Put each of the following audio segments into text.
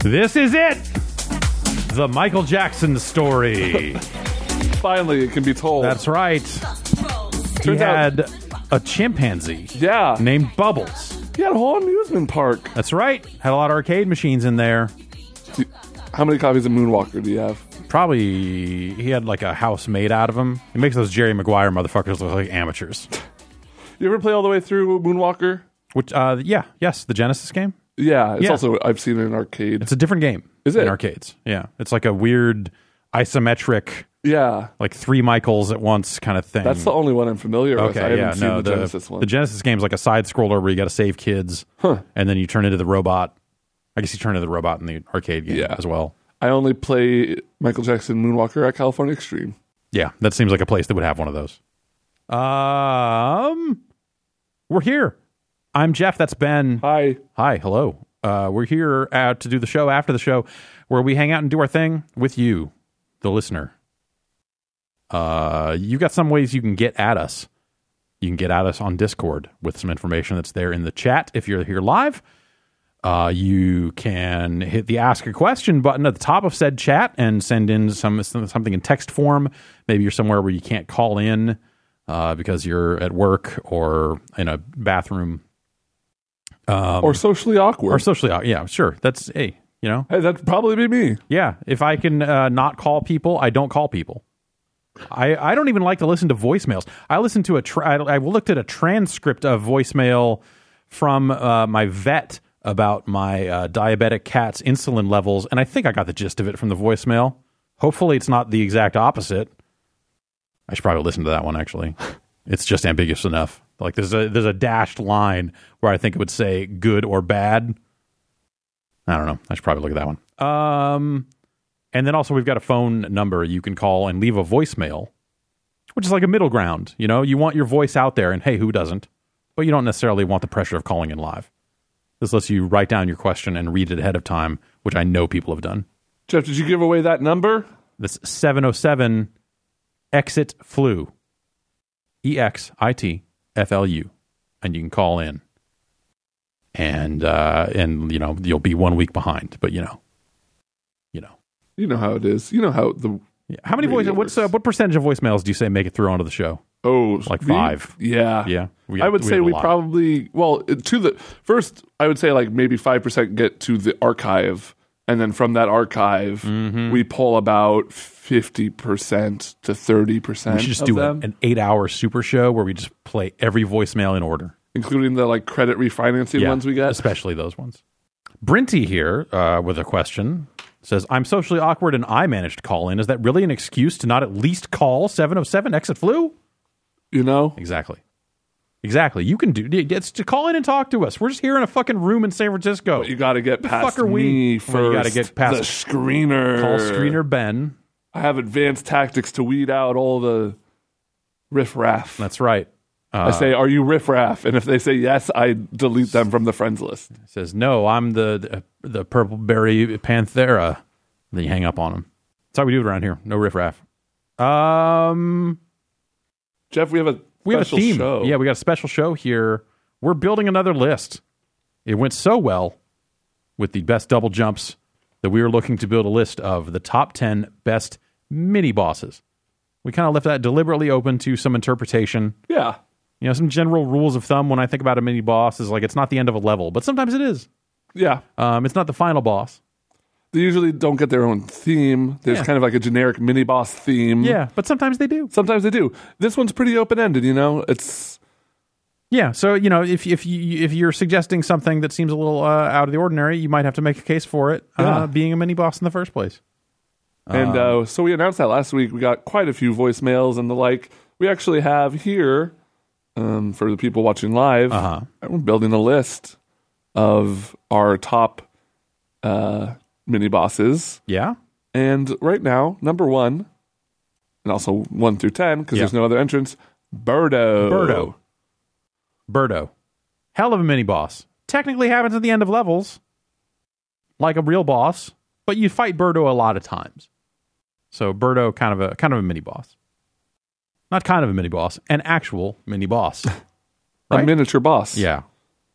This is it. The Michael Jackson story. Finally, it can be told. That's right. He Turns out- had a chimpanzee yeah. named Bubbles. He had a whole amusement park. That's right. Had a lot of arcade machines in there. How many copies of Moonwalker do you have? Probably he had like a house made out of him. It makes those Jerry Maguire motherfuckers look like amateurs. You ever play all the way through Moonwalker? Which, uh, yeah, yes, the Genesis game. Yeah. It's Yeah. also I've seen it in arcade. It's a different game. Is in it? arcades? Yeah, it's like a weird isometric, yeah. like three Michaels at once kind of thing. That's the only one I'm familiar with. Hmm. okay. I haven't yeah, seen no, the, Genesis one. The Genesis game's like a side scroller where you got to save kids, and then you turn into the robot. I guess you turn into the robot in the arcade game Yeah. as well. I only play Michael Jackson Moonwalker at California Extreme. Yeah, that seems like a place that would have one of those. Um, we're here. I'm Jeff. That's Ben. Hi. Hi, hello. Uh, we're here uh, to do the show after the show, where we hang out and do our thing with you, the listener. Uh, you got some ways you can get at us. You can get at us on Discord with some information that's there in the chat if you're here live. Uh, you can hit the ask a question button at the top of said chat and send in some something in text form. Maybe you're somewhere where you can't call in uh, because you're at work or in a bathroom or socially awkward. Um, or socially awkward. Yeah, sure. That's hey, you know, hey, that'd probably be me. yeah. If I can uh, not call people, I don't call people. I, I don't even like to listen to voicemails. I listened to a tra- I, I looked at a transcript of voicemail from uh, my vet about my uh, diabetic cat's insulin levels, and I think I got the gist of it from the voicemail. Hopefully, it's not the exact opposite. I should probably listen to that one actually. It's just ambiguous enough. Like there's a there's a dashed line where I think it would say good or bad. I don't know. I should probably look at that one. Um, and then also we've got a phone number you can call and leave a voicemail, which is like a middle ground. You know, you want your voice out there, and hey, who doesn't? But you don't necessarily want the pressure of calling in live. This lets you write down your question and read it ahead of time, which I know people have done. Jeff, did you give away that number? That's 707 exit flu. E X I T F L U. And you can call in. And uh and you know, you'll be one week behind, but you know. You know. You know how it is. You know how the Yeah. How many voice Radio what's uh, works. what percentage of voicemails do you say make it through onto the show? oh Like we- five. Yeah, Yeah. We- I would we say have a we lot. probably well to the first. I would say like maybe five percent get to the archive, and then from that archive, Mm-hmm. we pull about fifty percent to thirty percent. We should just do them, an, an eight hour super show where we just play every voicemail in order. including the like credit refinancing ones we got. especially those ones. Brinty here uh, with a question says, "I'm socially awkward and I managed to call in. Is that really an excuse to not at least call seven of seven exit flu?" You know, Exactly, exactly. You can do it's to call in and talk to us. We're just here in a fucking room in San Francisco. you got to get past fuck are we- me first. Well, you gotta get past- the screener. call screener Ben. I have advanced tactics to weed out all the riffraff. That's right. uh, I say, "Are you riffraff?" And if they say yes, I delete them from the friends list. says, "No, I'm the the, the purple berry panthera." Then you hang up on him. That's how we do it around here. No riffraff. Um. Jeff, we have a we have a special theme. Show. Yeah, we got a special show here. We're building another list. It went so well with the best double jumps that we were looking to build a list of the top 10 best mini bosses. We kind of left that deliberately open to some interpretation. yeah. You know, some general rules of thumb when I think about a mini boss is like it's not the end of a level, but sometimes it is. Yeah. Um, it's not the final boss. They usually don't get their own theme. There's Yeah. kind of like a generic mini boss theme. Yeah, but sometimes they do. Sometimes they do. This one's pretty open ended. You know, it's Yeah, so you know, if if you if you're suggesting something that seems a little uh, out of the ordinary, you might have to make a case for it uh, Yeah. being a mini boss in the first place. and Um. uh, so we announced that last week. We got quite a few voicemails and the like. We actually have here um, for the people watching live. Uh-huh. We're building a list of our top uh, mini bosses. Yeah. And right now, number one, and also one through ten, because Yeah. there's no other entrance, Birdo. Birdo. Birdo. Hell of a mini boss. Technically happens at the end of levels, like a real boss, but you fight Birdo a lot of times. So Birdo kind of a kind of a mini boss. Not kind of a mini boss, an actual mini boss. A Right? miniature boss. yeah.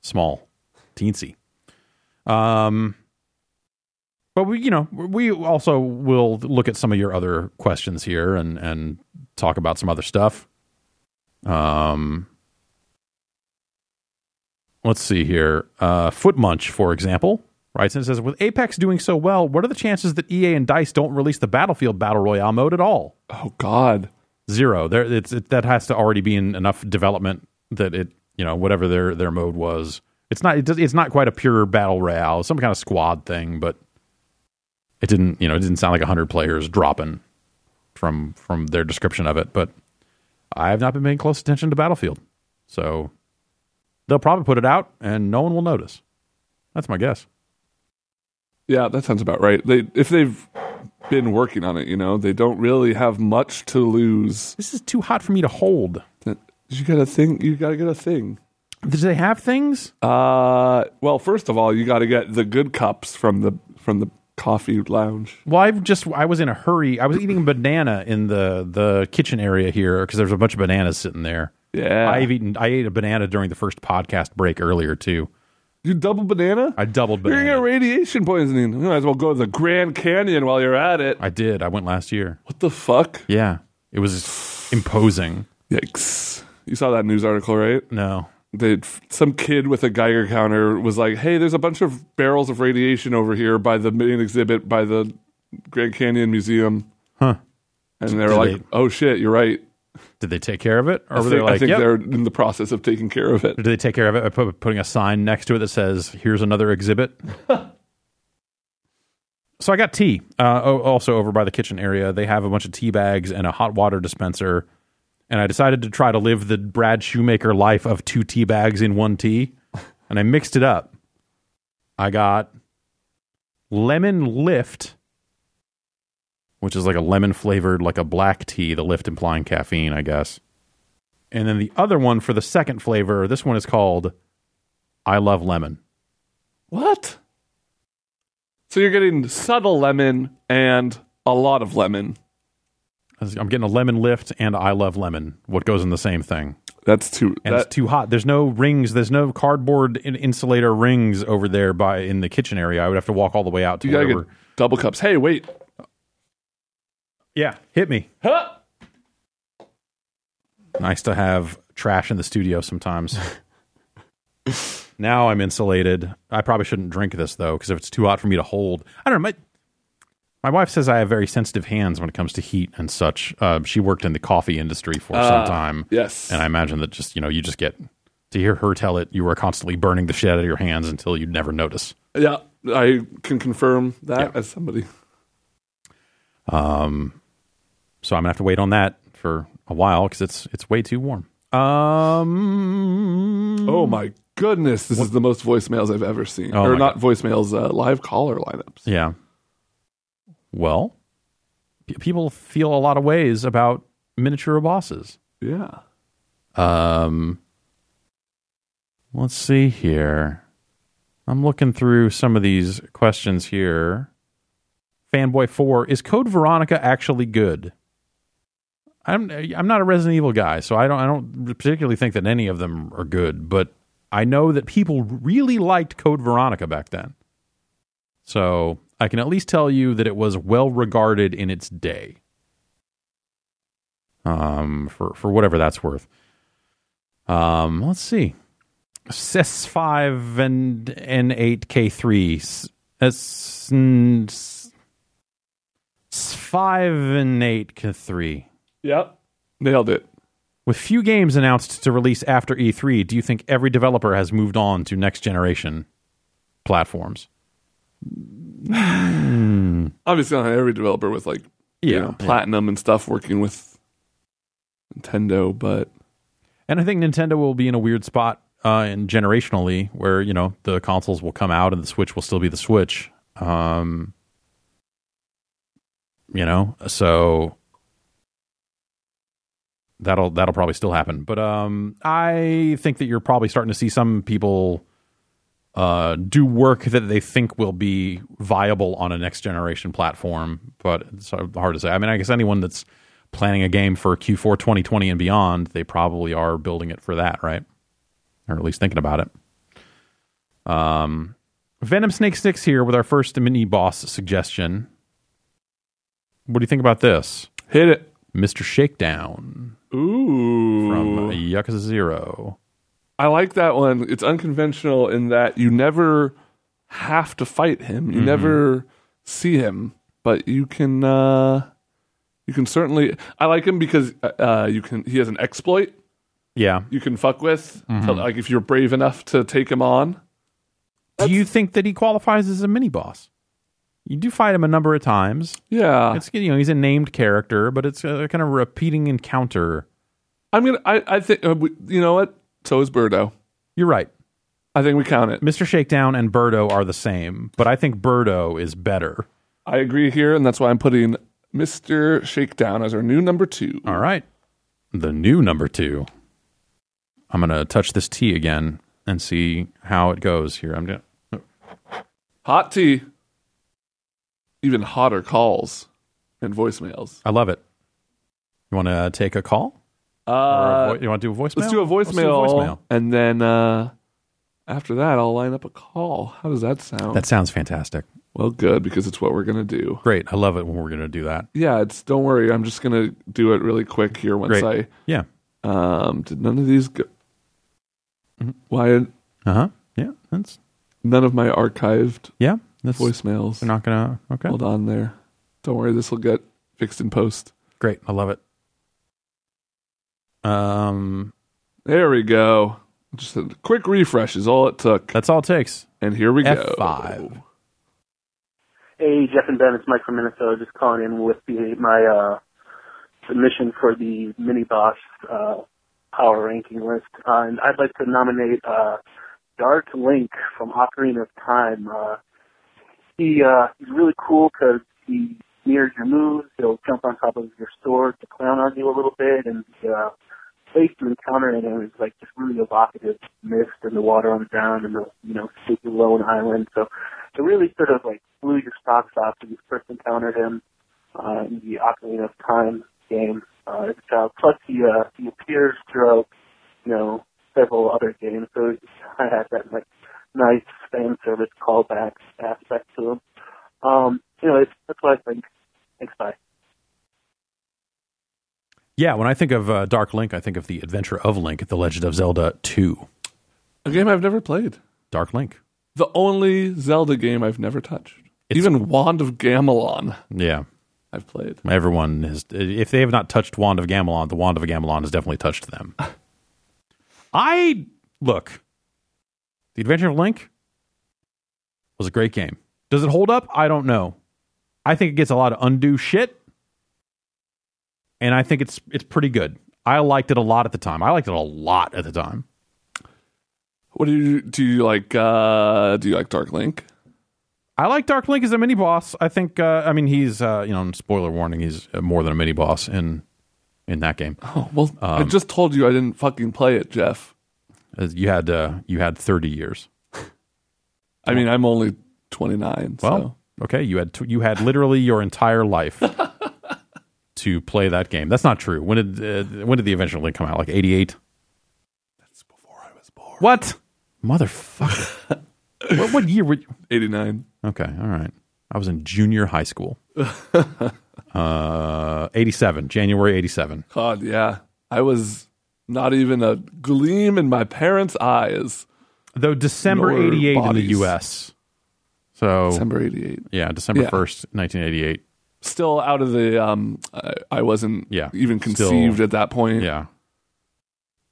Small. Teensy. Um But we, you know, we also will look at some of your other questions here and and talk about some other stuff. Um, let's see here. Uh, Foot Munch, for example, writes and says, "With Apex doing so well, what are the chances that EA and Dice don't release the Battlefield Battle Royale mode at all? Oh God. Zero. There, it's it, that has to already be in enough development that it, you know, whatever their their mode was, it's not it does, it's not quite a pure battle royale, It's some kind of squad thing, but it didn't, you know, it didn't sound like hundred players dropping from from their description of it. But I have not been paying close attention to Battlefield, so they'll probably put it out and no one will notice. That's my guess. Yeah, that sounds about right. They if they've been working on it, you know, they don't really have much to lose. This is too hot for me to hold. You got to think. You got to get a thing. Do they have things? Uh, well, first of all, you got to get the good cups from the from the coffee lounge. Well, I've just I was in a hurry. I was eating a banana in the the kitchen area here because there's a bunch of bananas sitting there. Yeah, I've eaten I ate a banana during the first podcast break earlier too. you double banana. I doubled you're gonna banana. get radiation poisoning. You might as well go to the Grand Canyon while you're at it. I did. I went last year. What the fuck? Yeah. It was imposing. Yikes! You saw that news article, right? No. They some kid with a Geiger counter was like, "Hey, there's a bunch of barrels of radiation over here by the main exhibit by the Grand Canyon Museum." Huh. And they were Did like, they- "Oh shit, you're right." Did they take care of it? Or were I they think, I like, think yep. they're in the process of taking care of it. Did they take care of it by pu- putting a sign next to it that says, here's another exhibit? so I got tea. Uh, o- also, over by the kitchen area, they have a bunch of tea bags and a hot water dispenser. And I decided to try to live the Brad Shoemaker life of two tea bags in one tea. And I mixed it up. I got lemon lift, which is like a lemon flavored, like a black tea, the lift implying caffeine, I guess. And then the other one for the second flavor, this one is called I Love Lemon. What? So you're getting subtle lemon and a lot of lemon. I'm getting a lemon lift and I Love Lemon. What goes in the same thing? That's too. And That, it's too hot. There's no rings. There's no cardboard in- insulator rings over there by in the kitchen area. I would have to walk all the way out to you gotta wherever. get double cups. Hey, wait. Yeah, hit me. Huh? Nice to have trash in the studio sometimes. now I'm insulated. I probably shouldn't drink this though, because if it's too hot for me to hold, I don't know. My my wife says I have very sensitive hands when it comes to heat and such. Uh, she worked in the coffee industry for some time, Yes. and I imagine that just you know you just get to hear her tell it. You were constantly burning the shit out of your hands until you'd never notice. yeah, I can confirm that as somebody. Um, So I'm gonna have to wait on that for a while because it's it's way too warm. Um. Oh my goodness, this is the most voicemails I've ever seen. Oh or my not voicemails, uh, live caller lineups. Yeah. Well, pe people feel a lot of ways about miniature bosses. Yeah. Um, let's see here. I'm looking through some of these questions here. Fanboy Four is Code Veronica actually good? I'm I'm not a Resident Evil guy, so I don't I don't particularly think that any of them are good. But I know that people really liked Code Veronica back then, so I can at least tell you that it was well regarded in its day. Um, for for whatever that's worth. Um, let's see. Cis five and N eight K three. S five and eight K three. Yep. Nailed it. With few games announced to release after E3, do you think every developer has moved on to next generation platforms? Obviously, not every developer with like you know, platinum and stuff working with Nintendo, but And I think Nintendo will be in a weird spot uh, in generationally where, you know, the consoles will come out and the Switch will still be the Switch. Um, you know, so that'll that'll probably still happen. But um, I think that you're probably starting to see some people uh, do work that they think will be viable on a next generation platform, but it's sort of hard to say. I mean, I guess anyone that's planning a game for Q4 2020 and beyond, they probably are building it for that, right? Or at least thinking about it. Um, Venom Snake Sticks here with our first mini boss suggestion. What do you think about this? Hit it. Mr. Shakedown Ooh. from Yakuza Zero. I like that one. It's unconventional in that you never have to fight him. Mm-hmm. You never see him, but you can uh you can certainly I like him because uh you can he has an exploit Yeah. you can fuck with Mm-hmm. to- like if you're brave enough to take him on. Do you think that he qualifies as a mini boss? You do fight him a number of times. Yeah. It's you know he's a named character, but it's a kind of repeating encounter. I'm going to I I think uh, we, you know what? So is Birdo. You're right. I think we count it. Mr. Shakedown and Birdo are the same, but I think Birdo is better. I agree here and that's why I'm putting Mr. Shakedown as our new number 2. All right. The new number two. I'm going to touch this T again and see how it goes here. I'm going to. Hot tea. Even hotter calls and voicemails. I love it. You want to take a call? Or a Uh, vo- you want to do a voicemail? let's do a Let's voicemail, and then uh, after that, I'll line up a call. How does that sound? That sounds fantastic. well, good because it's what we're gonna do. Great. I love it when we're going to do that. Yeah, it's. Don't worry, I'm just gonna do it really quick here. Once Great. Yeah. I um, did none of these. Go- Mm-hmm. Why Uh huh. Yeah. That's. none of my archived Yeah. That's. voicemails? We're not going to. Okay. Hold on there. Don't worry, this will get fixed in post. Great. I love it. Um. There we go. Just a quick refresh is all it took. That's all it takes. And here we go. F5. Hey, Jeff and Ben, it's Mike from Minnesota. Just calling in with the, my uh, submission for the mini boss uh, power ranking list. Uh, and I'd like to nominate uh, Dark Link from Ocarina of Time. Uh, he uh, he's really cool because he mirrors your moves. He'll jump on top of your sword to clown on you a little bit, and the uh, place you encounter in him is like just really evocative mist and the water on the ground and the you know sleepy lone island. So it really sort of like blew your socks off when you first encountered him uh, in the Ocarina of Time game. Uh, it's, uh, plus he uh, he appears throughout you know several other games, so I had that like nice fan service callback aspect to him. Um, you know, it's, that's what I think. Thanks, bye. Yeah, when I think of uh, Dark Link, I think of the Adventure of Link, The Legend of Zelda 2. A game I've never played. Dark Link. The only Zelda game I've never touched. Even Wand of Gamelon Yeah, I've played. everyone has. If they have not touched Wand of Gamelon, the Wand of Gamelon has definitely touched them. I look. The Adventure of Link was a great game. Does it hold up? I don't know. I think it gets a lot of undue shit, and I think it's it's pretty good. I liked it a lot at the time. I liked it a lot at the time. What do you do you like uh do you like Dark Link? I like Dark Link as a mini boss. I think. Uh, I mean, he's uh, you know, spoiler warning. He's more than a mini boss in in that game. Oh well I just told you I didn't fucking play it, Jeff. Uh, You had uh, you had thirty years. I mean I'm only twenty nine, Well, okay, you had tw you had literally your entire life to play that game. That's not true. When did uh, when did the Adventure Link come out? Like eighty eight. so before I was born. What motherfucker? what, what year were? You? Eighty nine. Okay, all right. I was in junior high school. Uh, eighty seven, January eighty seven. God, yeah. I was not even a gleam in my parents' eyes. though December Nor 88 in bodies. the US. So December eighty eight. yeah, December Yeah. 1st, 1988. Still out of the um I, I wasn't Yeah, even still- conceived at that point. Yeah.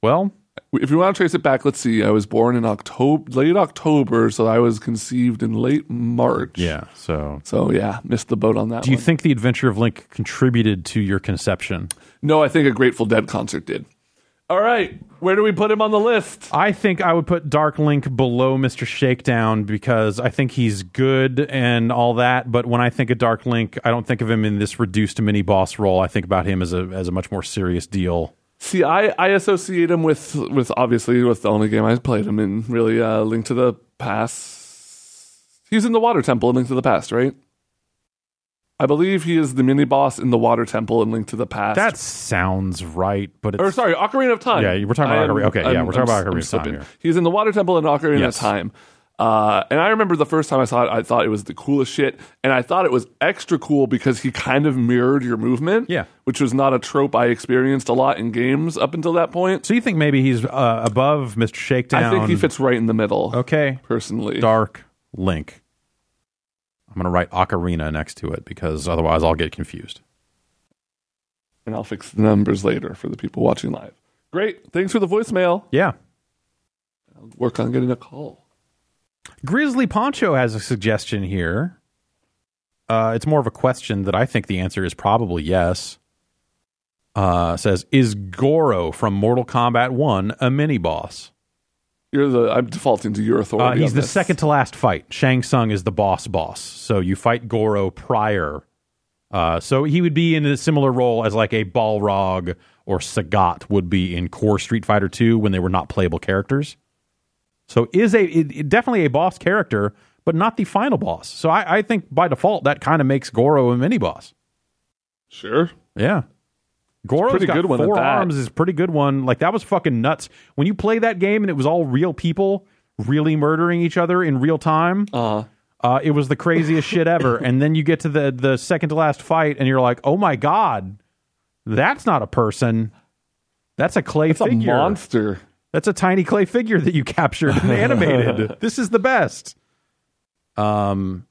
Well, if you want to trace it back, let's see. I was born in October, late October, so I was conceived in late March. yeah. So So yeah, missed the boat on that. do you one. think the adventure of Link contributed to your conception? no, I think a Grateful Dead concert did. All right, where do we put him on the list? I think I would put Dark Link below Mr. Shakedown because I think he's good and all that, but when I think of Dark Link, I don't think of him in this reduced mini boss role. I think about him as a as a much more serious deal. See, I, I associate him with with obviously with the only game I played him in. Really, uh, Link to the Past. He's in the Water Temple in Link to the Past, right? I believe he is the mini boss in the Water Temple in Link to the Past. That sounds right, but it's or sorry, Ocarina of Time. Yeah, we're talking about Ocarina- okay, yeah, we're talking about Ocarina of Time slipping. here. He's in the Water Temple in Ocarina Yes. of Time. Uh, and I remember the first time I saw it, I thought it was the coolest shit. And I thought it was extra cool because he kind of mirrored your movement, Yeah. which was not a trope I experienced a lot in games up until that point. So you think maybe he's uh, above Mr. Shakedown? I think he fits right in the middle, Okay. personally. Dark Link. I'm going to write Ocarina next to it because otherwise I'll get confused. And I'll fix the numbers later for the people watching live. Great. Thanks for the voicemail. Yeah. Work on getting a call. Grizzly Poncho has a suggestion here. Uh, it's more of a question that I think the answer is probably yes. Uh, says, is Goro from Mortal Kombat 1 a mini boss? You're the. I'm defaulting to your Uh, authority. he's on the this. second to last fight. Shang Tsung is the boss boss. So you fight Goro prior. Uh, so he would be in a similar role as like a Balrog or Sagat would be in Core Street Fighter 2 when they were not playable characters. So is a it, it- definitely a boss character, but not the final boss. So I, I think by default that kind of makes Goro a mini boss. Sure. Yeah. Goro's pretty got good one at four that. arms is a pretty good one. Like that was fucking nuts. When you play that game and it was all real people really murdering each other in real time, Uh, uh, it was the craziest shit ever. And then you get to the the second to last fight and you're like, oh my god, that's not a person. That's a clay it's a figure. monster. That's a tiny clay figure that you captured and animated. this is the best. Um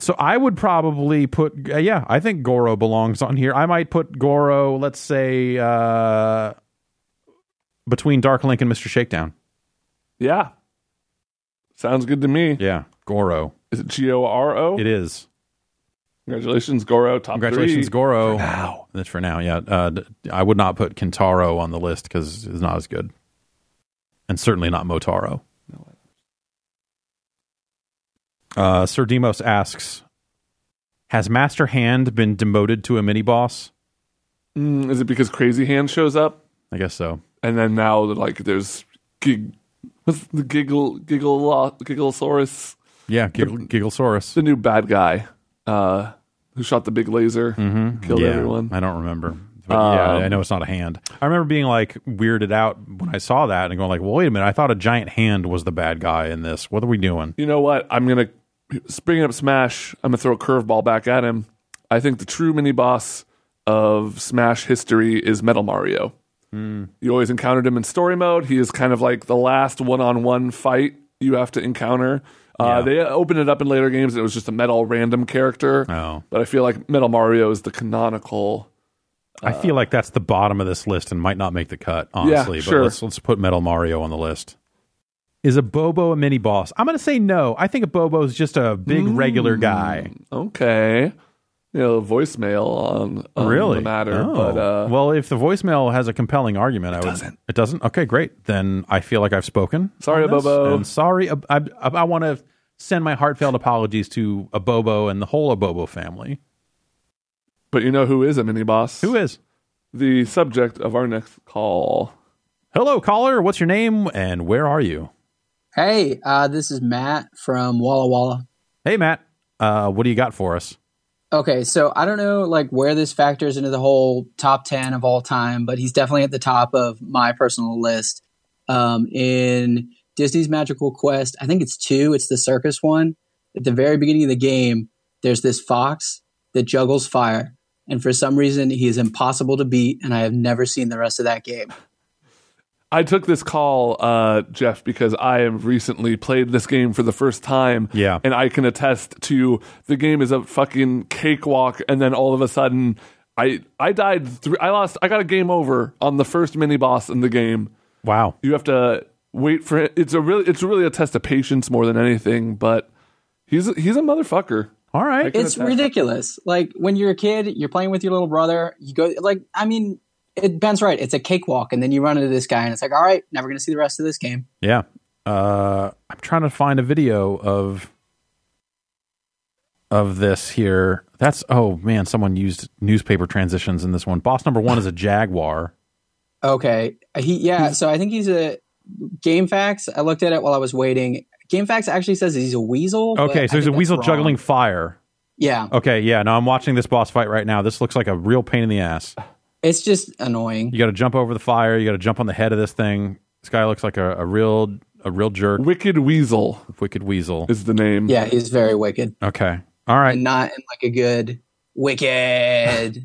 So I would probably put uh, yeah, I think Goro belongs on here. I might put Goro, let's say uh between Dark Link and Mr. Shakedown. Yeah. Sounds good to me. Yeah, Goro. Is it G O R O? It is. Congratulations, Goro. Top Congratulations, three. Goro. Wow. That's for now. Yeah, uh, d- I would not put Kentaro on the list because it's not as good, and certainly not Motaro. Uh, Sir Demos asks, "Has Master Hand been demoted to a mini boss?" Mm, is it because Crazy Hand shows up, I guess so. and then now like there's gig, what's the giggle giggle gigglesaurus, Yeah, Giggle, Gigglesaurus. the new bad guy, uh, who shot the big laser, killed Mm-hmm. yeah, everyone. Um, I don't remember. But yeah, I know it's not a hand. I remember being like weirded out when I saw that and going like, "Well, wait a minute! I thought a giant hand was the bad guy in this. What are we doing?" You know what? I'm gonna spring up Smash. I'm gonna throw a curveball back at him. I think the true mini boss of Smash history is Metal Mario. Hmm. You always encountered him in story mode. He is kind of like the last one-on-one fight you have to encounter. Uh, They opened it up in later games. And it was just a metal random character. Oh. But I feel like Metal Mario is the canonical. I Uh, feel like that's the bottom of this list and might not make the cut, honestly. sure. But let's let's put Metal Mario on the list. Is a Bobo a mini boss? I'm gonna say no. I think a Bobo is just a big Mm, regular guy. Okay, you know, voicemail on, on really? the matter, Oh. but uh, well, if the voicemail has a compelling argument, I would. doesn't. It doesn't. Okay, great. Then I feel like I've spoken. Sorry, on this, Abobo. And sorry, Ab- I, I, I want to send my heartfelt apologies to a Bobo and the whole Abobo family. but you know who is a mini boss? Who is? the subject of our next call. Hello, caller. What's your name and where are you? Hey, uh, this is Matt from Walla Walla. Hey, Matt. Uh, what do you got for us? Okay, so I don't know like where this factors into the whole top ten of all time, but he's definitely at the top of my personal list. Um, in Disney's Magical Quest, I think it's two. It's the circus one. At the very beginning of the game, there's this fox that juggles fire, and for some reason, he is impossible to beat. And I have never seen the rest of that game. I took this call, uh, Jeff, because I have recently played this game for the first time. Yeah. And I can attest to the game is a fucking cakewalk. And then all of a sudden, I, I died. Three, I lost. I got a game over on the first mini boss in the game. Wow. You have to wait for it. It's a really, it's really a test of patience more than anything. But he's he's a motherfucker. All right. it's attack. ridiculous. Like when you're a kid, you're playing with your little brother. You go like I mean, it, Ben's right. It's a cakewalk, and then you run into this guy, and it's like, all right, never gonna see the rest of this game. Yeah. Uh, I'm trying to find a video of of this here. That's oh man, someone used newspaper transitions in this one. Boss number one is a jaguar. Okay, he yeah. So I think he's a GameFAQs. I looked at it while I was waiting. GameFAQs actually says he's a weasel. but Okay, I so there's think a that's weasel wrong. juggling fire. Yeah, Okay, yeah. Now I'm watching this boss fight right now. This looks like a real pain in the ass. it's just annoying. You got to jump over the fire. You got to jump on the head of this thing. This guy looks like a, a real a real jerk. Wicked Weasel Wicked Weasel. is the name. Yeah, he's very wicked, Okay. All right. and not in like a good wicked.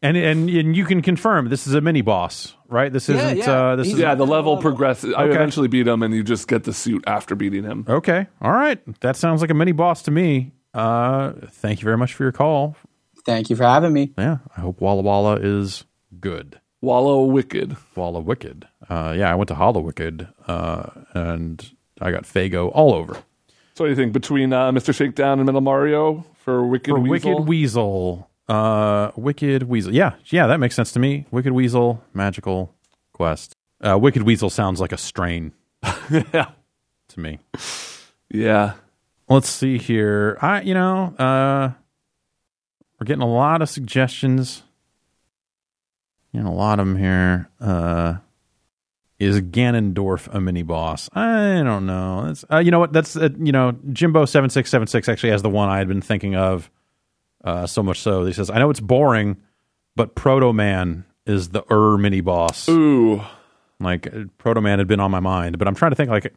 And and and you can confirm this is a mini boss, right? This Yeah, isn't. yeah. Uh, this is Yeah, the level progresses. I Okay. eventually beat him, and you just get the suit after beating him. okay. All right. That sounds like a mini boss to me. Uh, thank you very much for your call. Thank you for having me. Yeah, I hope Walla Walla is good. Wallow Wicked. Walla Wicked. Uh, yeah, I went to Hollow Wicked, uh, and I got Fago all over So what do you think between uh, Mr. Shakedown and Metal Mario for Wicked for Weasel? Wicked Weasel. Uh, Wicked Weasel. Yeah, yeah, that makes sense to me. Wicked Weasel, magical quest. Uh, Wicked Weasel sounds like a strain yeah, to me. yeah. let's see here i you know uh we're getting a lot of suggestions and a lot of them here uh is ganondorf a mini boss i don't know that's uh, you know what that's uh, you know jimbo 7676 actually has the one i had been thinking of uh so much so that he says i know it's boring but proto man is the er mini boss Ooh, like Proto Man had been on my mind, but I'm trying to think like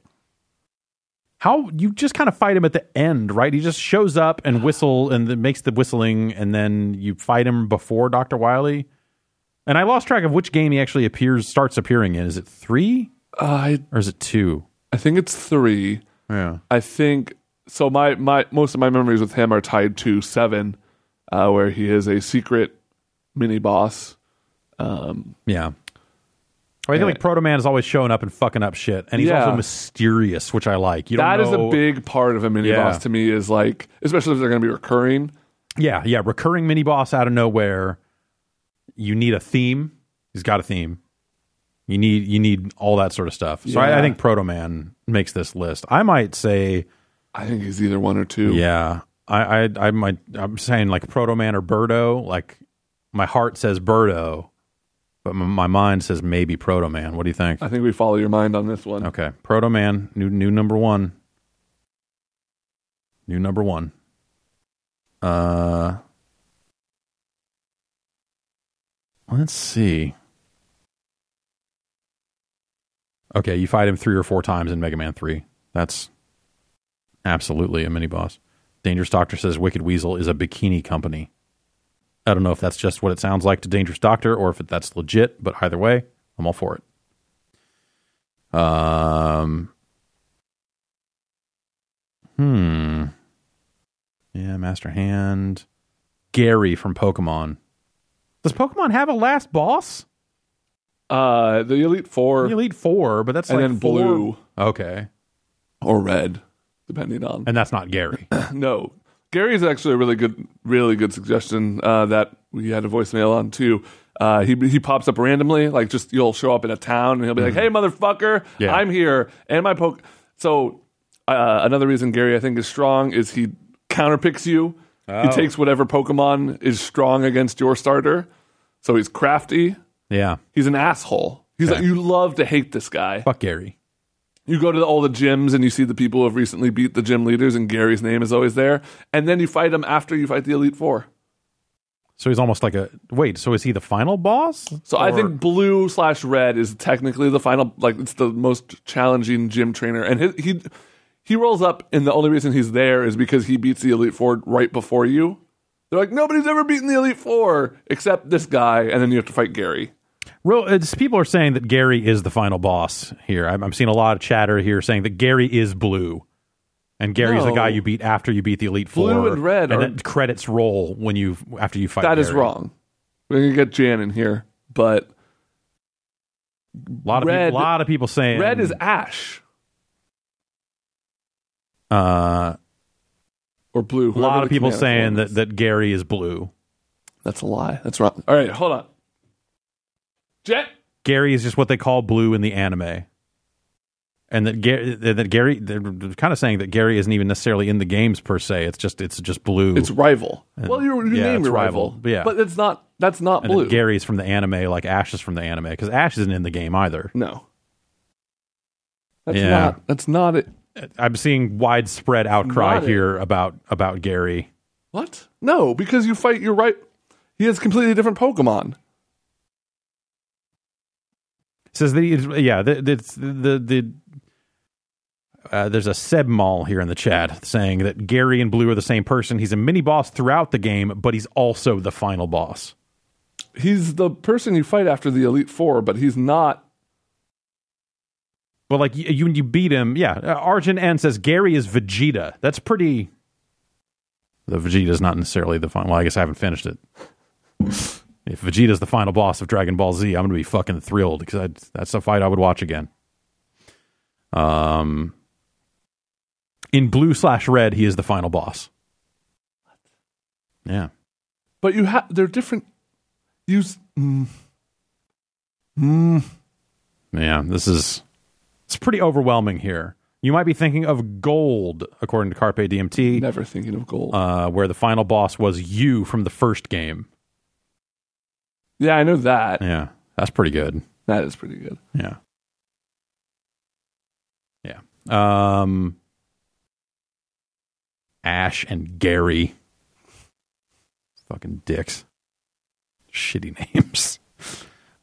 how you just kind of fight him at the end, right? He just shows up and whistle and then makes the whistling, and then you fight him before Doctor Wily. And I lost track of which game he actually appears starts appearing in. Is it three I or is it two? I think it's three. Yeah. I think so. My my most of my memories with him are tied to seven, uh, where he is a secret mini boss. Yeah. I think like Proto Man is always showing up and fucking up shit, and he's Yeah. also mysterious, which I like. You don't That is know- a big part of a mini Yeah. boss to me. Is like especially if they're going to be recurring. Yeah, yeah. Recurring mini boss out of nowhere. You need a theme. He's got a theme. You need you need all that sort of stuff. So I, I Yeah. think Proto Man makes this list. I might say, I think he's either one or two. yeah. I I, I might I'm saying like Proto Man or Birdo. Like my heart says Birdo, but m- my mind says maybe Proto Man. What do you think? I think we follow your mind on this one. Okay, Proto Man, new new number one. New number one. Uh, let's see. Okay, you fight him three or four times in Mega Man Three. That's absolutely a mini boss. Dangerous Doctor says Wicked Weasel is a bikini company. I don't know if that's just what it sounds like to Dangerous Doctor or if that's legit, but either way, I'm all for it. Um. Hmm. Yeah, Master Hand. Gary from Pokemon. Does Pokemon have a last boss? Uh, the Elite Four The Elite Four, but that's and like then four- blue Okay, or red, depending on. and that's not Gary. No. Gary is actually a really good, really good suggestion uh, that we had a voicemail on too. Uh, he he pops up randomly, like just you'll show up in a town and he'll be like, "Hey, motherfucker, Yeah. I'm here and my poke." So uh, another reason Gary I think is strong is he counterpicks you. He takes whatever Pokemon is strong against your starter. So he's crafty. yeah, He's an asshole. He's like you love to hate this guy. fuck Gary. You go to the, all the gyms and you see the people who have recently beat the gym leaders, and Gary's name is always there. And then you fight him after you fight the Elite Four. So he's almost like a wait. So is he the final boss? So I think blue slash red is technically the final, like it's the most challenging gym trainer, and his, he he rolls up, and the only reason he's there is because he beats the Elite Four right before you. They're like nobody's ever beaten the Elite Four except this guy, and then you have to fight Gary. Real, it's, people are saying that Gary is the final boss here. I'm, I'm seeing a lot of chatter here saying that Gary is blue, and Gary's the No. guy you beat after you beat the Elite Blue Four. and red and are- then credits roll when you after you fight. That is Gary. wrong. We're gonna get Jan in here, but A lot of peop- Red- lot of people saying red is Ash Uh, or blue. a lot of people saying that, that Gary is blue. That's a lie. That's wrong. All right, hold on. Jet. Gary is just what they call blue in the anime, and that Gary that Gary they're kind of saying that Gary isn't even necessarily in the games per se. It's just it's just blue. It's rival. well, you, you yeah, name it's your rival. rival. Yeah. but it's not. That's not and Uh, blue. then Gary's from the anime, like Ash is from the anime, because Ash isn't in the game either. no. That's Yeah. not. That's not it. I'm seeing widespread outcry Not it. here about about Gary. What? No, because you fight your right. He has completely different Pokemon. says that he, yeah the, the the the Uh, there's a Seb Mall here in the chat saying that Gary and Blue are the same person. He's a mini boss throughout the game, but he's also the final boss. He's the person you fight after the Elite Four, but he's not. Well, like y- you, you beat him. Yeah, uh, Arjun N says Gary is Vegeta. That's pretty. The Vegeta's not necessarily the final. Well, I guess I haven't finished it. If Vegeta's the final boss of Dragon Ball Z, I'm going to be fucking thrilled because that's a fight I would watch again. Um, in blue slash red, he is the final boss. Yeah. But you have they're different. Use. Mm, mm, Yeah, this is it's pretty overwhelming here. You might be thinking of gold, according to Carpe DMT, never thinking of gold. uh, where the final boss was you from the first game. yeah, I know that. Yeah, that's pretty good. That is pretty good. Yeah. Yeah. Um Ash and Gary. Fucking dicks. Shitty names.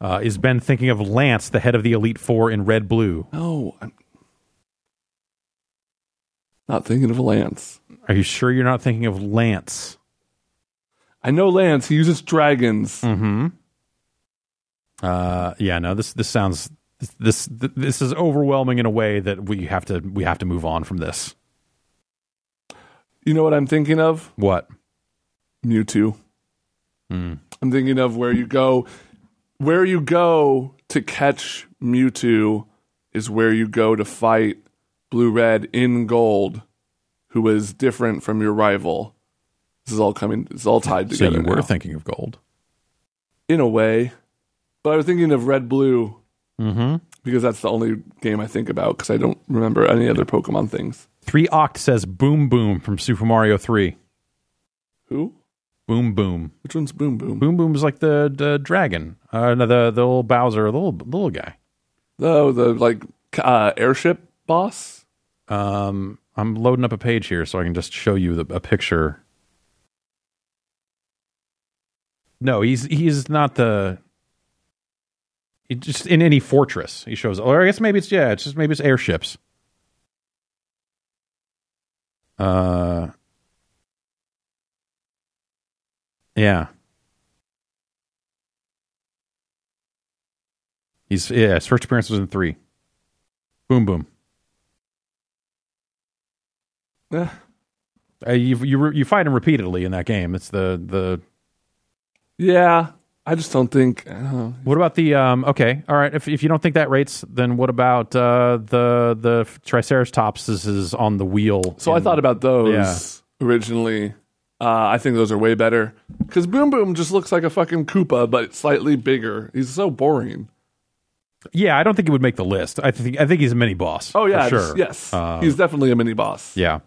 Uh, is Ben thinking of Lance, the head of the Elite Four in Red Blue? No, I'm not thinking of Lance. Are you sure you're not thinking of Lance? I know Lance. He uses dragons. Mm-hmm. Uh, yeah. No. This this sounds this this, this is overwhelming in a way that we have to we have to move on from this. You know what I'm thinking of? What? Mewtwo. Mm. I'm thinking of where you go. Where you go to catch Mewtwo is where you go to fight Blue Red in Gold, who is different from your rival. This is all coming. It's all tied So together. you were now. thinking of gold. in a way, but I was thinking of Red Blue Mm-hmm. because that's the only game I think about because I don't remember any other Pokemon things. Three Oct says Boom Boom from Super Mario Three. Who? Boom Boom. Which one's Boom Boom? Boom Boom is like the, the dragon. Uh, no, the the little Bowser, the little the little guy. Oh, the like uh, airship boss. Um, I'm loading up a page here so I can just show you the, a picture. No, he's he's not the. It just in any fortress he shows, or I guess maybe it's yeah, it's just maybe it's airships. Uh, yeah. He's yeah. His first appearance was in three. Boom, boom. Eh, Uh, you you re- you fight him repeatedly in that game. It's the the. yeah, I just don't think. I don't know. What about the um? Okay, all right. If if you don't think that rates, then what about uh the the Triceratops is, is on the wheel? So I in- thought about those originally. Uh, I think those are way better because Boom Boom just looks like a fucking Koopa, but slightly bigger. He's so boring. Yeah, I don't think it would make the list. I think I think he's a mini boss. Oh yeah, for sure. just- yes, Um, he's definitely a mini boss. yeah.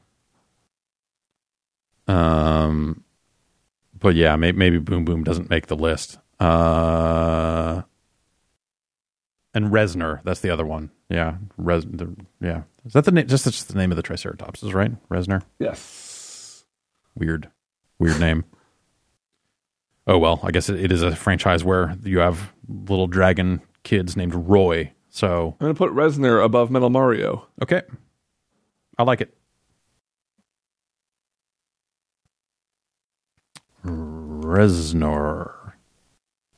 Um, but yeah, maybe, maybe Boom Boom doesn't make the list. Uh, and Resner, that's the other one. Yeah, Res. The, yeah, is that the name? Just that's the name of the Triceratops, is right? Resner. Yes, Weird, weird name. Oh well, I guess it, it is a franchise where you have little dragon kids named Roy. So I'm gonna put Resner above Metal Mario. Okay. I like it. Resnor.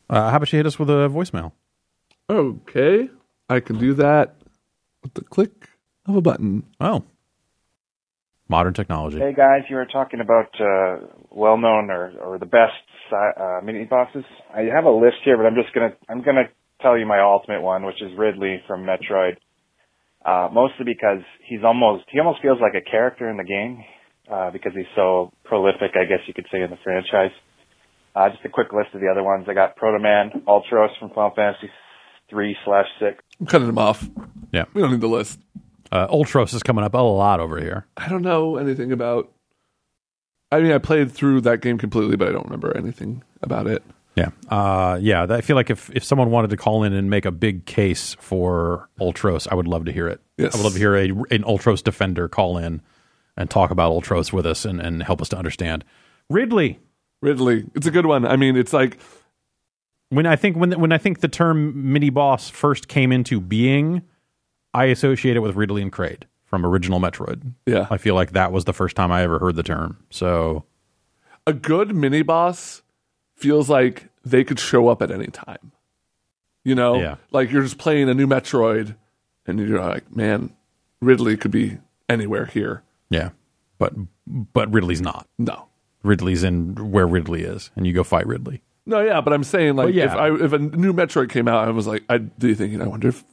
Uh, how about you hit us with a voicemail? Okay, I can do that with the click of a button. Oh. Modern technology. Hey guys, you were talking about uh, well-known or, or the best si- uh, mini bosses. I have a list here, but I'm just gonna I'm gonna tell you my ultimate one, which is Ridley from Metroid. Uh, mostly because he's almost he almost feels like a character in the game uh, because he's so prolific, I guess you could say, in the franchise. Uh, just a quick list of the other ones. I got Proto Man, Ultros from Final Fantasy three slash six. I'm cutting him off. Yeah. we don't need the list. Uh, Ultros is coming up a lot over here. I don't know anything about. I mean, I played through that game completely, but I don't remember anything about it. Yeah. Uh, yeah. that- I feel like if, if someone wanted to call in and make a big case for Ultros, I would love to hear it. Yes. I would love to hear a, an Ultros defender call in and talk about Ultros with us and, and help us to understand. Ridley, Ridley, it's a good one. I mean, it's like when I think when when I think the term mini boss first came into being, I associate it with Ridley and Kraid. from original Metroid. Yeah. I feel like that was the first time I ever heard the term. So a good mini boss feels like they could show up at any time. You know, Yeah. like you're just playing a new Metroid, and you're like, man, Ridley could be anywhere here. yeah, but but Ridley's not. No, Ridley's in where Ridley is, and you go fight Ridley. no, yeah, but I'm saying like, Well, yeah. if, I, if a new Metroid came out, I was like, I'd be thinking, I wonder if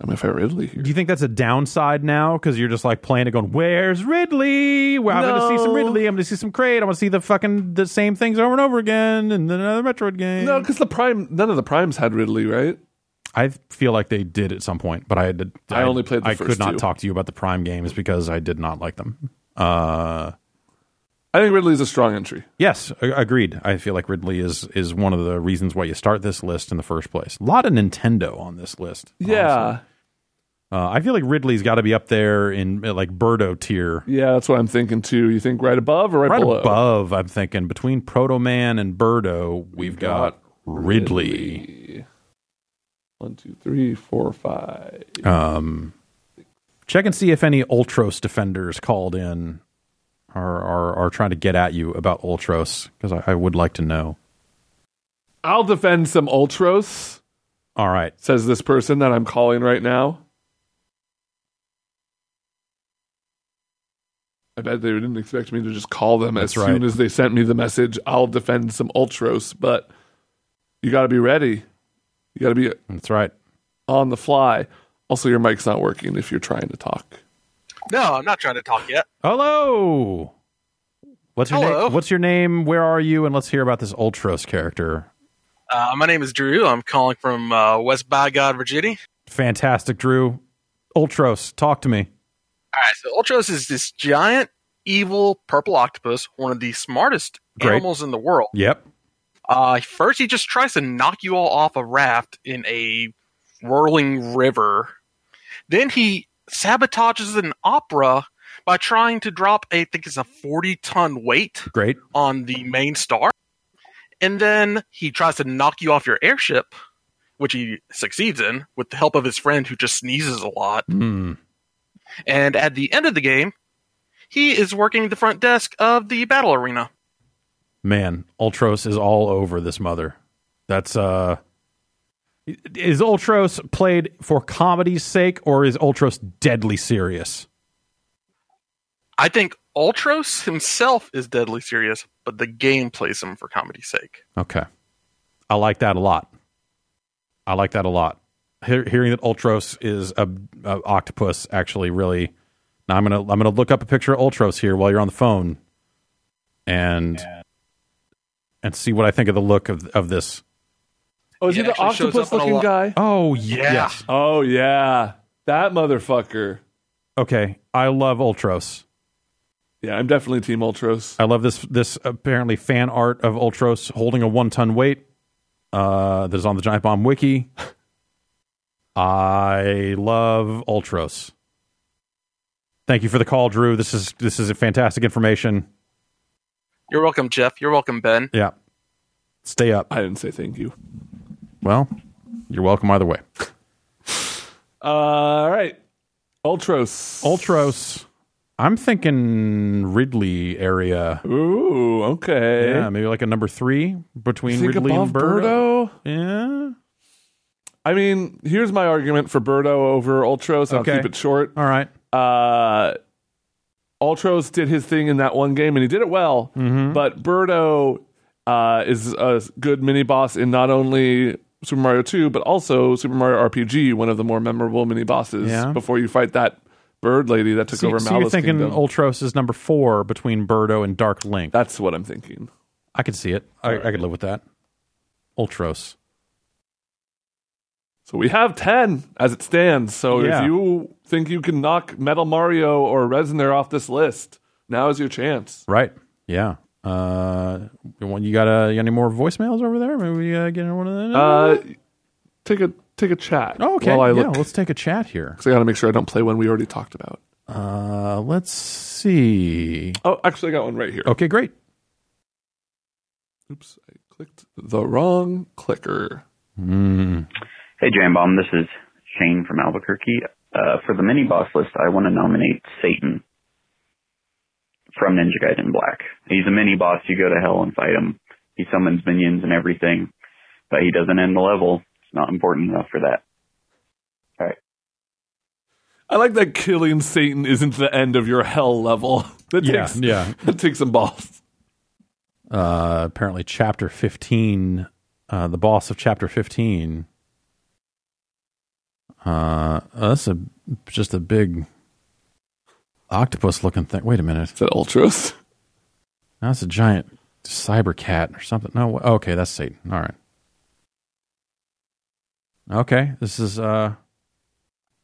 I'm if I Ridley here. Do you think that's a downside now? Because you're just like playing it, going, "Where's Ridley? Well, I'm going to see some No. Ridley. I'm going to see some Kraid. I'm going to see the fucking the same things over and over again, and then another Metroid game." No, because the prime, none of the primes had Ridley, right? I feel like they did at some point, but I had to, I only played the I first could not two. talk to you about the Prime games because I did not like them. Uh, I think Ridley's a strong entry. yes, a- agreed. I feel like Ridley is is one of the reasons why you start this list in the first place. A lot of Nintendo on this list. honestly. Yeah, uh, I feel like Ridley's got to be up there in uh, like Birdo tier. yeah, that's what I'm thinking too. You think right above or right, Right below? above, I'm thinking between Proto Man and Birdo, we've got, got Ridley. One, two, three, four, five. Um, check and see if any Ultros defenders called in are are, are trying to get at you about Ultros because I, I would like to know. I'll defend some Ultros, All right, says this person that I'm calling right now. I bet they didn't expect me to just call them That's as right. soon as they sent me the message. I'll defend some Ultros, but you got to be ready. You got to be that's right. on the fly. Also, your mic's not working if you're trying to talk. No, I'm not trying to talk yet. Hello. What's your Hello. name? What's your name? Where are you? And let's hear about this Ultros character. Uh, my name is Drew. I'm calling from uh, West Bygod, Virginia. Fantastic, Drew. Ultros, talk to me. All right, so Ultros is this giant, evil purple octopus, one of the smartest Great. animals in the world. Yep. Uh, first, he just tries to knock you all off a raft in a whirling river. Then he sabotages an opera by trying to drop, I think it's a 40 ton weight Great. on the main star. And then he tries to knock you off your airship, which he succeeds in with the help of his friend who just sneezes a lot. Hmm. And at the end of the game, he is working the front desk of the battle arena. man ultros is all over this mother that's uh is ultros played for comedy's sake or is ultros deadly serious I think Ultros himself is deadly serious, but the game plays him for comedy's sake. okay i like that a lot i like that a lot Hear hearing that ultros is a, a octopus actually really now i'm gonna i'm gonna look up a picture of ultros here while you're on the phone and and see what i think of the look of of this Oh, is Yeah, he it the actually shows up octopus on a looking lot. guy? oh Yeah. yes Oh, yeah. That motherfucker. okay i love ultros Yeah, I'm definitely Team Ultros. I love this this apparently fan art of Ultros holding a one ton weight. Uh, that is on the Giant Bomb wiki. I love Ultros. Thank you for the call, Drew. This is this is fantastic information. You're welcome, Jeff. You're welcome, Ben. Yeah, stay up. I didn't say thank you. Well, you're welcome either way. Uh, all right. Ultros. Ultros. I'm thinking Ridley area. Ooh, okay. Yeah, maybe like a number three between Think Ridley above and Birdo. Birdo? Yeah. I mean, here's my argument for Birdo over Ultros. I'll Okay. keep it short. All right. Uh, Ultros did his thing in that one game, and he did it well. Mm-hmm. But Birdo uh, is a good mini boss in not only Super Mario 2, but also Super Mario RPG, one of the more memorable mini bosses. Yeah. Before you fight that bird lady that took So, over so Malice you're thinking Kingdom. Ultros is number four between Birdo and Dark Link. That's what I'm thinking. I could see it. I, I could live with that. Ultros. So we have 10 as it stands. So Yeah. if you think you can knock Metal Mario or Resner off this list, now is your chance. Right. Yeah. Uh, you want- you got, uh, you got any more voicemails over there? Maybe we uh, get into one of them. Uh, take a take a chat. oh, okay. While I yeah. look. Let's take a chat here. 'Cause I got to make sure I don't play one we already talked about. Uh, let's see. Oh, actually, I got one right here. Okay, great. Oops, I clicked the wrong clicker. Mm. Hey, Jambom, this is Shane from Albuquerque. Uh, for the mini boss list, I want to nominate Satan from Ninja Gaiden Black. He's a mini boss. You go to hell and fight him. He summons minions and everything, but he doesn't end the level. It's not important enough for that. I like that killing Satan isn't the end of your hell level. That Yeah, takes, yeah. That takes some balls. Uh, apparently, chapter fifteen, uh, the boss of chapter fifteen. Uh, that's a just a big octopus looking thing. Wait a minute, Is that Ultros? that's a giant cyber cat or something. No, wh- okay, that's Satan. All right. Okay, this is uh,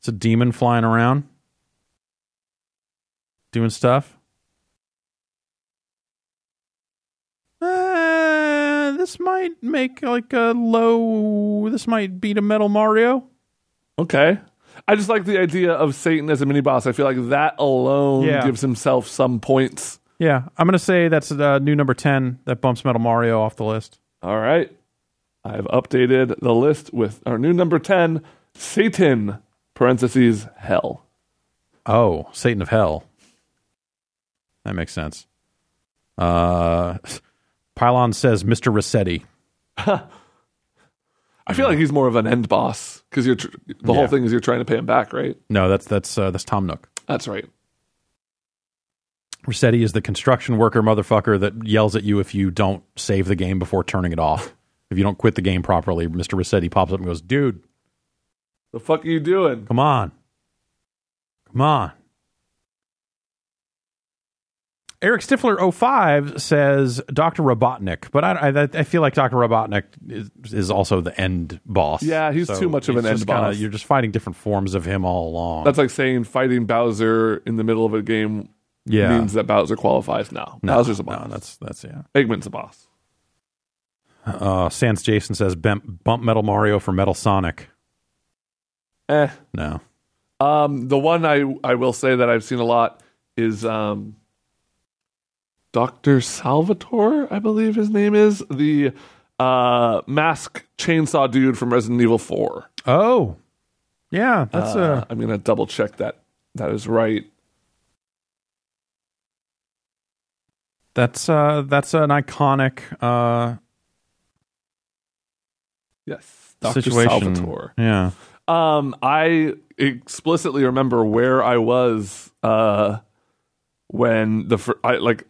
it's a demon flying around, doing stuff. Uh, this might make like a low. This might beat a Metal Mario. Okay. I just like the idea of Satan as a mini boss. I feel like that alone Yeah. gives himself some points. Yeah, I'm gonna say that's uh, new number ten that bumps Metal Mario off the list. All right. I've updated the list with our new number 10, Satan, parentheses, hell. Oh, Satan of Hell. That makes sense. Uh, Pylon says Mr. Rossetti. I feel like he's more of an end boss because you're tr- the Yeah. whole thing is you're trying to pay him back, right? No, that's that's uh, that's Tom Nook. That's right. Rossetti is the construction worker motherfucker that yells at you if you don't save the game before turning it off. if you don't quit the game properly, Mr. Rossetti pops up and goes, "Dude, The fuck are you doing? Come on. Come on. Eric Stifler 05 says Dr. Robotnik, but I, I, I feel like Dr. Robotnik is, is also the end boss. Yeah, he's too much of he's an end just kinda- boss. You're just fighting different forms of him all along. That's like saying fighting Bowser in the middle of a game yeah. means that Bowser qualifies. No, no, Bowser's a no, boss. that's that's yeah. Eggman's a boss. Uh, Sans Jason says bump, bump Metal Mario for Metal Sonic. Eh. No, Um, the one I I will say that I've seen a lot is um, Doctor Salvatore, I believe his name is the uh, mask chainsaw dude from Resident Evil Four. oh, yeah, that's uh, Uh, I'm gonna double check that that is right. that's uh, that's an iconic uh, Yes, Doctor situation. Salvatore. Yeah, Um, I explicitly remember where I was uh, when the fir- I like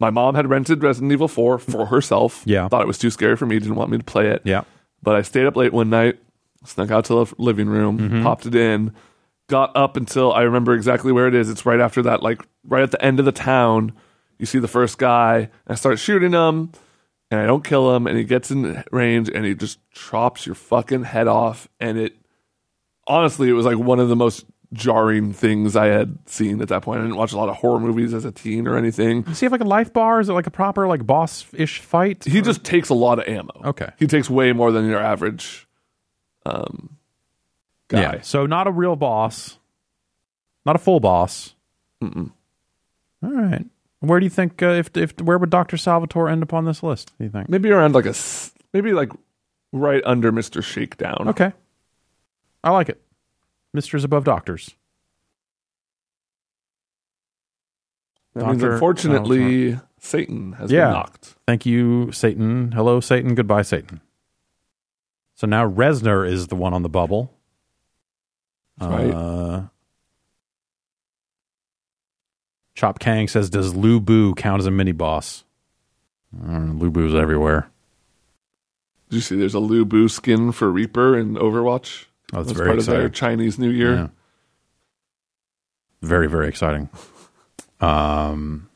my mom had rented Resident Evil Four for herself. Yeah. thought it was too scary for me. Didn't want me to play it. yeah. But I stayed up late one night, snuck out to the f- living room, popped it in, got up until I remember exactly where it is. It's right after that, like right at the end of the town. You see the first guy, I start shooting him, and I don't kill him, and he gets in range and he just chops your fucking head off. And it honestly, it was like one of the most jarring things I had seen at that point. I didn't watch a lot of horror movies as a teen or anything. Does he have like a life bar? Is it like a proper like boss ish fight? He just takes a lot of ammo. Okay. He takes way more than your average um, guy. Yeah. So not a real boss, not a full boss. Mm-mm. All right. Where do you think uh, if if where would Doctor Salvatore end up on this list? Do you think? maybe around like a s- maybe like right under Mr. Shakedown. Okay. I like it. Misters above doctors. That means Doctor- unfortunately Satan has Yeah. been knocked. Thank you, Satan. Hello, Satan. Goodbye, Satan. So now Resner is the one on the bubble. Right. Uh, Chop Kang says, "Does Lu Bu count as a mini boss?" Mm, Lu Bu's everywhere. Did you see? There's a Lu Bu skin for Reaper in Overwatch. Oh, that's That was very part of their exciting. Chinese New Year. Yeah. Very, very exciting. Um,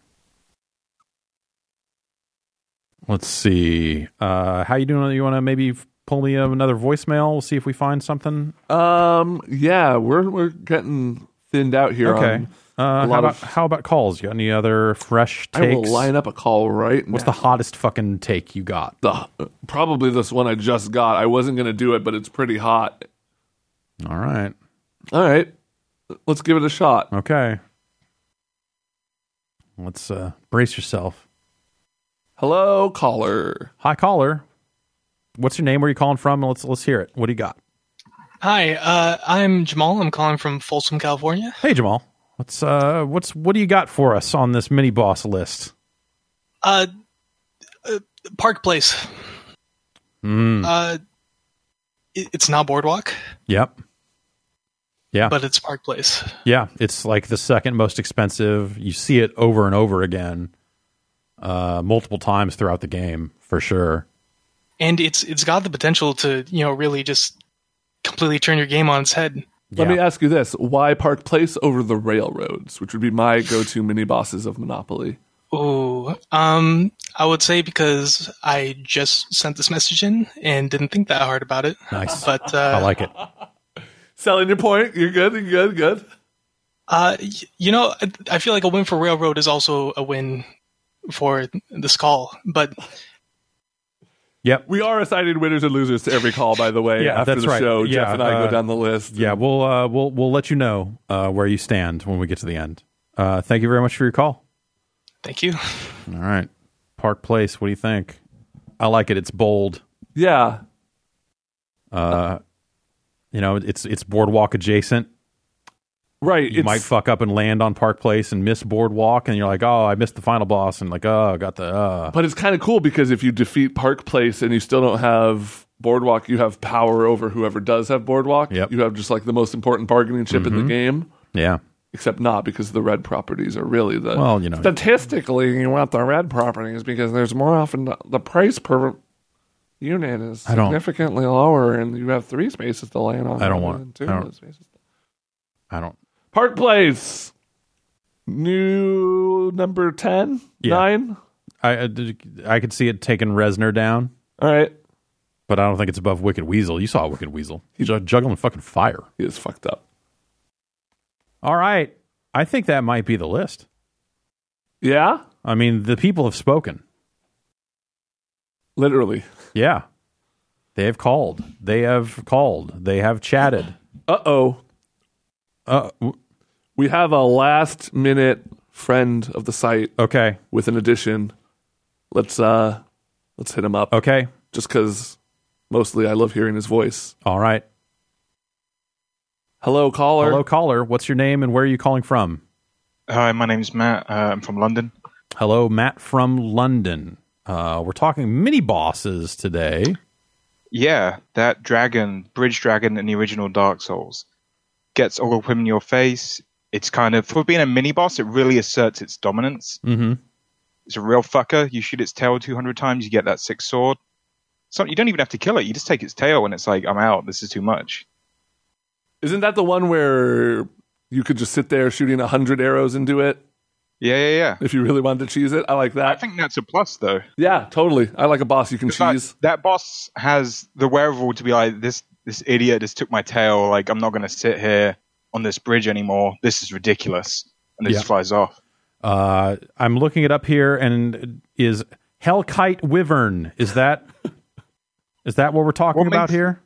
let's see. Uh, how you doing? You want to maybe pull me another voicemail? We'll see if we find something Um, yeah, we're we're getting thinned out here. Okay. on- Uh, how lot about of- how about calls? You got any other fresh I will takes? line up a call right What's the now. hottest fucking take you got? the probably this one I just got. I wasn't gonna do it, but it's pretty hot. All right. All right, let's give it a shot. Okay. Let's uh, brace yourself. Hello, caller. Hi caller. What's your name? Where you calling from? Let's let's hear it. What do you got? Hi, uh, I'm Jamal. I'm calling from Folsom, California. Hey Jamal, what's uh what's what do you got for us on this mini boss list? Uh, uh Park Place. Mm, Uh, it, it's not Boardwalk, yep. Ah. Yeah. but it's Park Place. Yeah, it's like the second most expensive. You see it over and over again, uh, multiple times throughout the game for sure. and it's it's got the potential to you know really just completely turn your game on its head. Let Yeah. me ask you this: Why Park Place over the railroads, which would be my go-to mini bosses of Monopoly? Ooh, um, I would say because I just sent this message in and didn't think that hard about it. Nice. But uh, I like it. Selling your point, you're good, you're good, good. uh, y- you know, I, I feel like a win for Railroad is also a win for this call. But Yep. We are assigning winners and losers to every call, by the way. Yeah, after that's the right. show, Jeff Yeah, and I uh, go down the list. Yeah, we'll uh, we'll we'll let you know uh, where you stand when we get to the end. Uh, thank you very much for your call. thank you. All right, Park Place. What do you think? I like it. It's bold. yeah. Uh, you know, it's it's boardwalk adjacent. Right. You it's- might fuck up and land on Park Place and miss boardwalk, and you're like, oh, I missed the final boss, and like, oh, got the. Uh. but it's kind of cool because if you defeat Park Place and you still don't have Boardwalk, you have power over whoever does have Boardwalk. Yep. Mm-hmm. You have just like the most important bargaining chip in the game, Yeah, except not because the red properties are really the. Well, you know. Statistically, you want the red properties because there's more often the price per unit is I don't- significantly lower and you have three spaces to land on. I don't rather want- than two I don't- spaces. I don't. Park Place. New number 10? Yeah. 9? I I did- I could see it taking Resner down, All right. but I don't think it's above Wicked Weasel. You saw Wicked Weasel. He's ju- juggling fucking fire. He is fucked up. All right, I think that might be the list. Yeah? I mean, the people have spoken. Literally. Yeah, they have called. They have called. They have chatted. Uh oh. Uh, w- We have a last minute friend of the site okay, with an addition. Let's uh let's hit him up. okay, Just cause mostly I love hearing his voice. all right. Hello, caller. Hello, caller. What's your name and where are you calling from? Hi, my name's Matt. Uh, I'm from London. Hello, Matt from London. Uh, we're talking mini bosses today. Yeah, that dragon, bridge dragon in the original Dark Souls, gets all up in your face. It's kind of for being a mini boss. It really asserts its dominance. Mm-hmm. It's a real fucker. You shoot its tail 200 times, you get that six sword. So you don't even have to kill it. You just take its tail, and it's like, I'm out. This is too much. Isn't that the one where you could just sit there shooting a hundred arrows into it Yeah, yeah, yeah. if you really wanted to cheese it? I like that. I think that's a plus, though. yeah, totally. I like a boss you can It's like, cheese. that boss has the wherewithal to be like this. This idiot just took my tail. Like I'm not going to sit here on this bridge anymore. This is ridiculous. And it Yeah. just flies off. Uh, I'm looking it up here, and is Hellkite Wyvern? Is that is that what we're talking What about makes- here?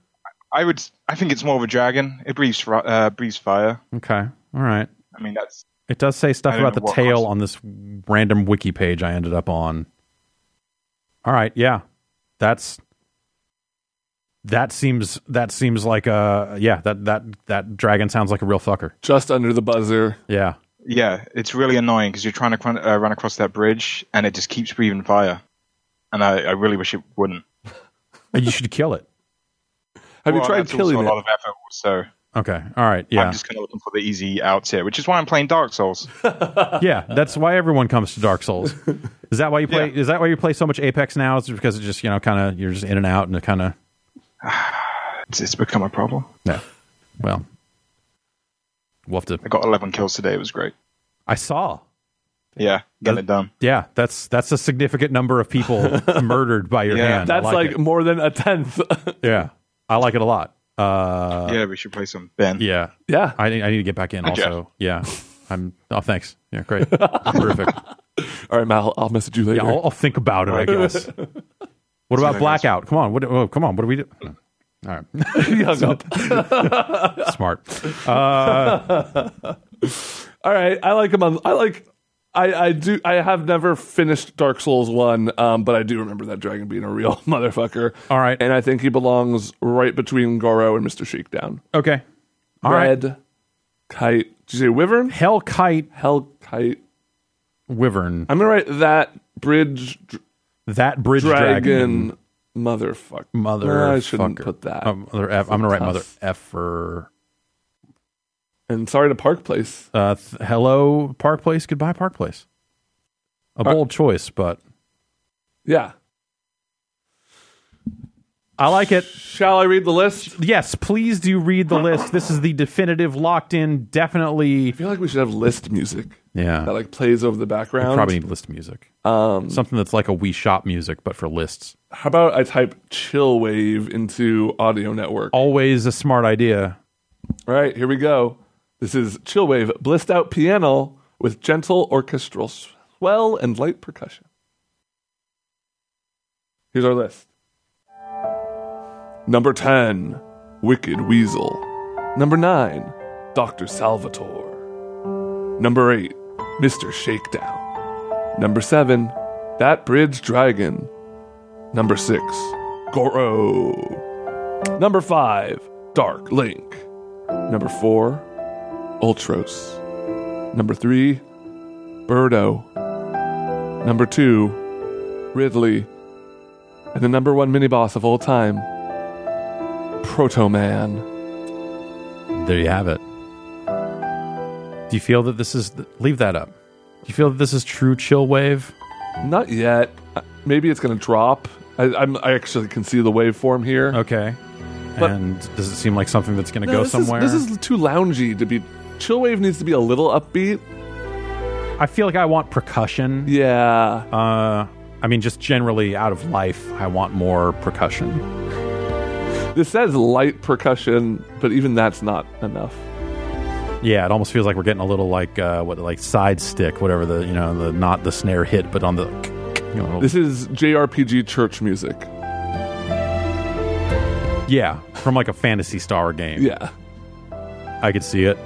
I would. I think it's more of a dragon. It breathes. fri- Uh, breathes fire. Okay, all right. I mean, that's It does say stuff I don't about know the what tail cost- on this random wiki page I ended up on. All right, yeah, that's that seems that seems like a yeah that that that dragon sounds like a real fucker. just under the buzzer. Yeah, yeah. It's really annoying because you're trying to cr- uh, run across that bridge and it just keeps breathing fire. And I, I really wish it wouldn't. and you should kill it. Have you Well, tried that's also killing a lot it? of effort? So Okay, all right, yeah, I'm just kind of looking for the easy outs here, which is why I'm playing Dark Souls. yeah. That's why everyone comes to Dark Souls. Is that why you play? Is that why you play so much Apex now? Is it because it just you know kind of you're just in and out and it kind of It's, it's become a problem. yeah. Well, we'll have to. I got 11 kills today. It was great. I saw Yeah, getting it done. Yeah, that's that's a significant number of people murdered by your Yeah. hand. I That's like, it. more than a tenth. yeah, I like it a lot. Uh, yeah, yeah, we should play some Ben. yeah. I need I need to get back in Hi, also. Yeah, I'm. Oh, thanks. Yeah, great, terrific. All right, Mal, I'll message you later. Yeah, I'll, I'll think about it. I guess. What about blackout? Come on, what? Oh, come on, what do we do? All right. He hung up. smart. Uh, All right, I like him on. I like. I, I do. I have never finished Dark Souls one, um, but I do remember that dragon being a real motherfucker. All right. and I think he belongs right between Goro and Mister Sheik down. Okay. All right. Red kite. Did you say wyvern? Hell kite Hell kite. wyvern. I'm gonna write that bridge dr- That bridge dragon. dragon, motherfucker. Mother. No, I shouldn't put that. Um, mother F. I'm gonna write Tough. mother F for and sorry to Park Place. uh, th- hello Park Place. Goodbye Park Place. A Uh, bold choice, but Yeah. I like it. Shall I read the list? Yes, please do read the list. This is the definitive, locked in, definitely. I feel like we should have list music that Yeah, like plays over we the background. probably need list music. Um, Something that's like a Wii Shop music, but for lists. how about I type chill wave into audio network? All Always a smart idea. right, here we go. This is chill wave blissed out piano with gentle orchestral swell and light percussion. Here's our list. Number 10, Wicked Weasel. Number 9, Dr. Salvatore. Number 8, Mr. Shakedown. Number 7, That Bridge Dragon. Number 6, Goro. Number 5, Dark Link. Number 4, Ultros. Number 3, Birdo. Number 2, Ridley. And the number one mini boss of all time, Proto Man. There you have it. Do you feel that this is? Leave that up. Do you feel that this is true chill wave? Not yet. Uh, Maybe it's going to drop. I, I'm, I actually can see the waveform here. Okay. But- and does it seem like something that's going to No, go this is- somewhere? this is too loungy to be. Chillwave needs to be a little upbeat. I feel like I want percussion. Yeah. Uh, I mean, just generally out of life, I want more percussion. This says light percussion, but even that's not enough. Yeah, it almost feels like we're getting a little like uh, what, like side stick, whatever the you know, the not the snare hit, but on the. You know, This is JRPG church music. yeah, from like a Fantasy Star game. Yeah. I could see it.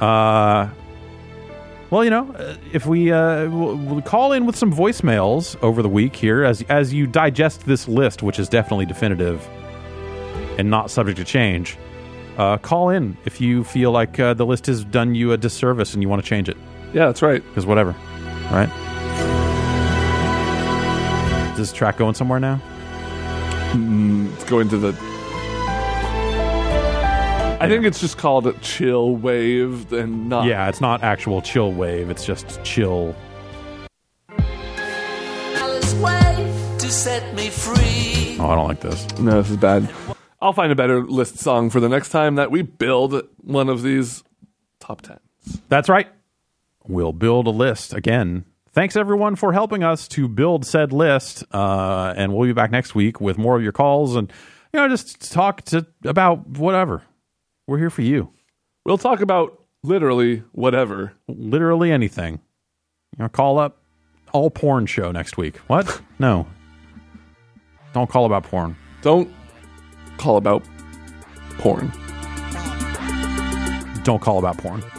Uh, well, you know, uh, if we uh, we'll, we'll call in with some voicemails over the week here, as as you digest this list, which is definitely definitive and not subject to change, uh, call in if you feel like uh, the list has done you a disservice and you want to change it Yeah, that's right. because whatever, right? Is this track going somewhere now? Mm, Let's go into the. I think it's just called a chill wave and not. Yeah, it's not actual chill wave; it's just chill to set me free. Oh, I don't like this. No, this is bad. I'll find a better list song for the next time that we build one of these top 10. That's right. We'll build a list again. Thanks everyone for helping us to build said list, uh, and we'll be back next week with more of your calls and you know just talk to about whatever. We're here for you, We'll talk about literally whatever. literally anything. You know, call up all porn show next week. What? no, don't call about porn. Don't call about porn. Don't call about porn.